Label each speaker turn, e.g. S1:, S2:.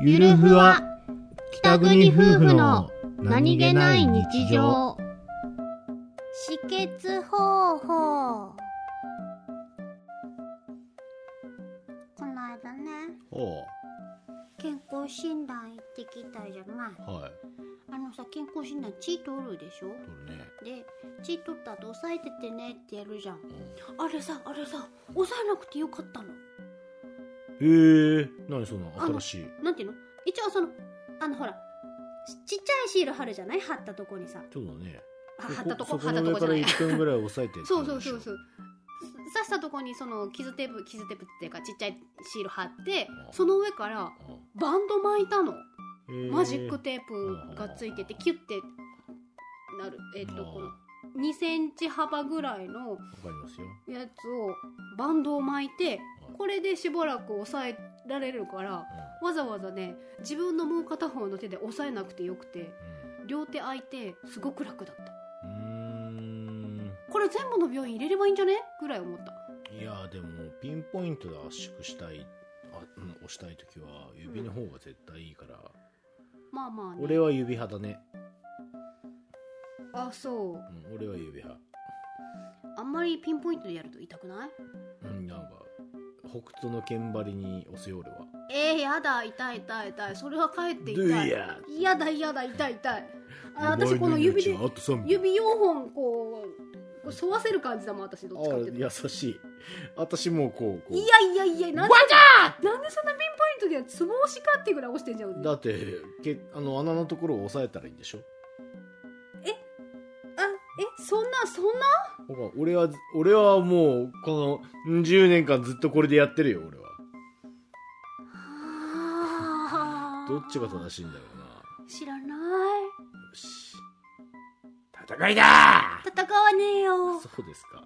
S1: ゆるふわ北国夫婦の
S2: 止血方法この間ね
S1: おう
S2: 健康診断行ってきたじゃない
S1: はい
S2: あのさ健康診断血取るでしょ
S1: 取るね
S2: で血取った後押さえててねってやるじゃん
S1: う
S2: あれさあれさ押さえなくてよかったの
S1: んへえ何その
S2: あの
S1: 新しい
S2: なんていうの一応そのあのほらちっちゃいシール貼るじゃない貼ったとこにさ
S1: そうだね
S2: あ貼ったと
S1: そ
S2: こ貼
S1: こ
S2: っ
S1: の
S2: たと
S1: 上か
S2: こじゃ
S1: ら
S2: ない
S1: 1分ぐらい押さえてって
S2: そ
S1: こ
S2: う
S1: と
S2: そう
S1: でし
S2: そ
S1: ょ
S2: うそうす刺したとこにその傷テープ傷テープっていうかちっちゃいシール貼って
S1: うん
S2: その上からバンド巻いたの
S1: うんへえ
S2: マジックテープがついてて
S1: うん
S2: キュッてなるえっとこの2センチ幅ぐらいの
S1: あーわかりますよ
S2: やつをバンドを巻いてこれでしばらく押さえられるからわざわざね自分のもう片方の手で押さえなくてよくて両手空いてすごく楽だった
S1: うんう
S2: これ全部の病院入れればいいんじゃねぐらい思った
S1: ーんいやでもピンポイントで圧縮したいあうん押したい時は指の方が絶対いいから
S2: まあまあね
S1: 俺は指派だね
S2: あそう
S1: うん俺は指派
S2: あんまりピンポイントでやると痛くない
S1: うんなんか北斗の剣張りに押すよ俺は
S2: えー、やだ痛い痛い痛いそれは帰って痛
S1: どう
S2: い
S1: や
S2: やだやだ痛い痛いあ私この指で
S1: お前の命はあと3秒
S2: 指4本こうこう沿わせる感じだもん私どっちかっていうと
S1: ああ優しい私もうこうこう
S2: いやいやいやなんでなんでそんなピンポイントでやつぼ押しかってぐらい押してんじゃん
S1: だってけあの穴のところを押さえたらいいんでしょ
S2: あえそんなそんな
S1: ほか俺は俺はもうこの10年間ずっとこれでやってるよ俺はどっちが正
S2: し
S1: しいんだろうない
S2: 知らない
S1: よし戦いだ
S2: 戦わねえよ
S1: そうですか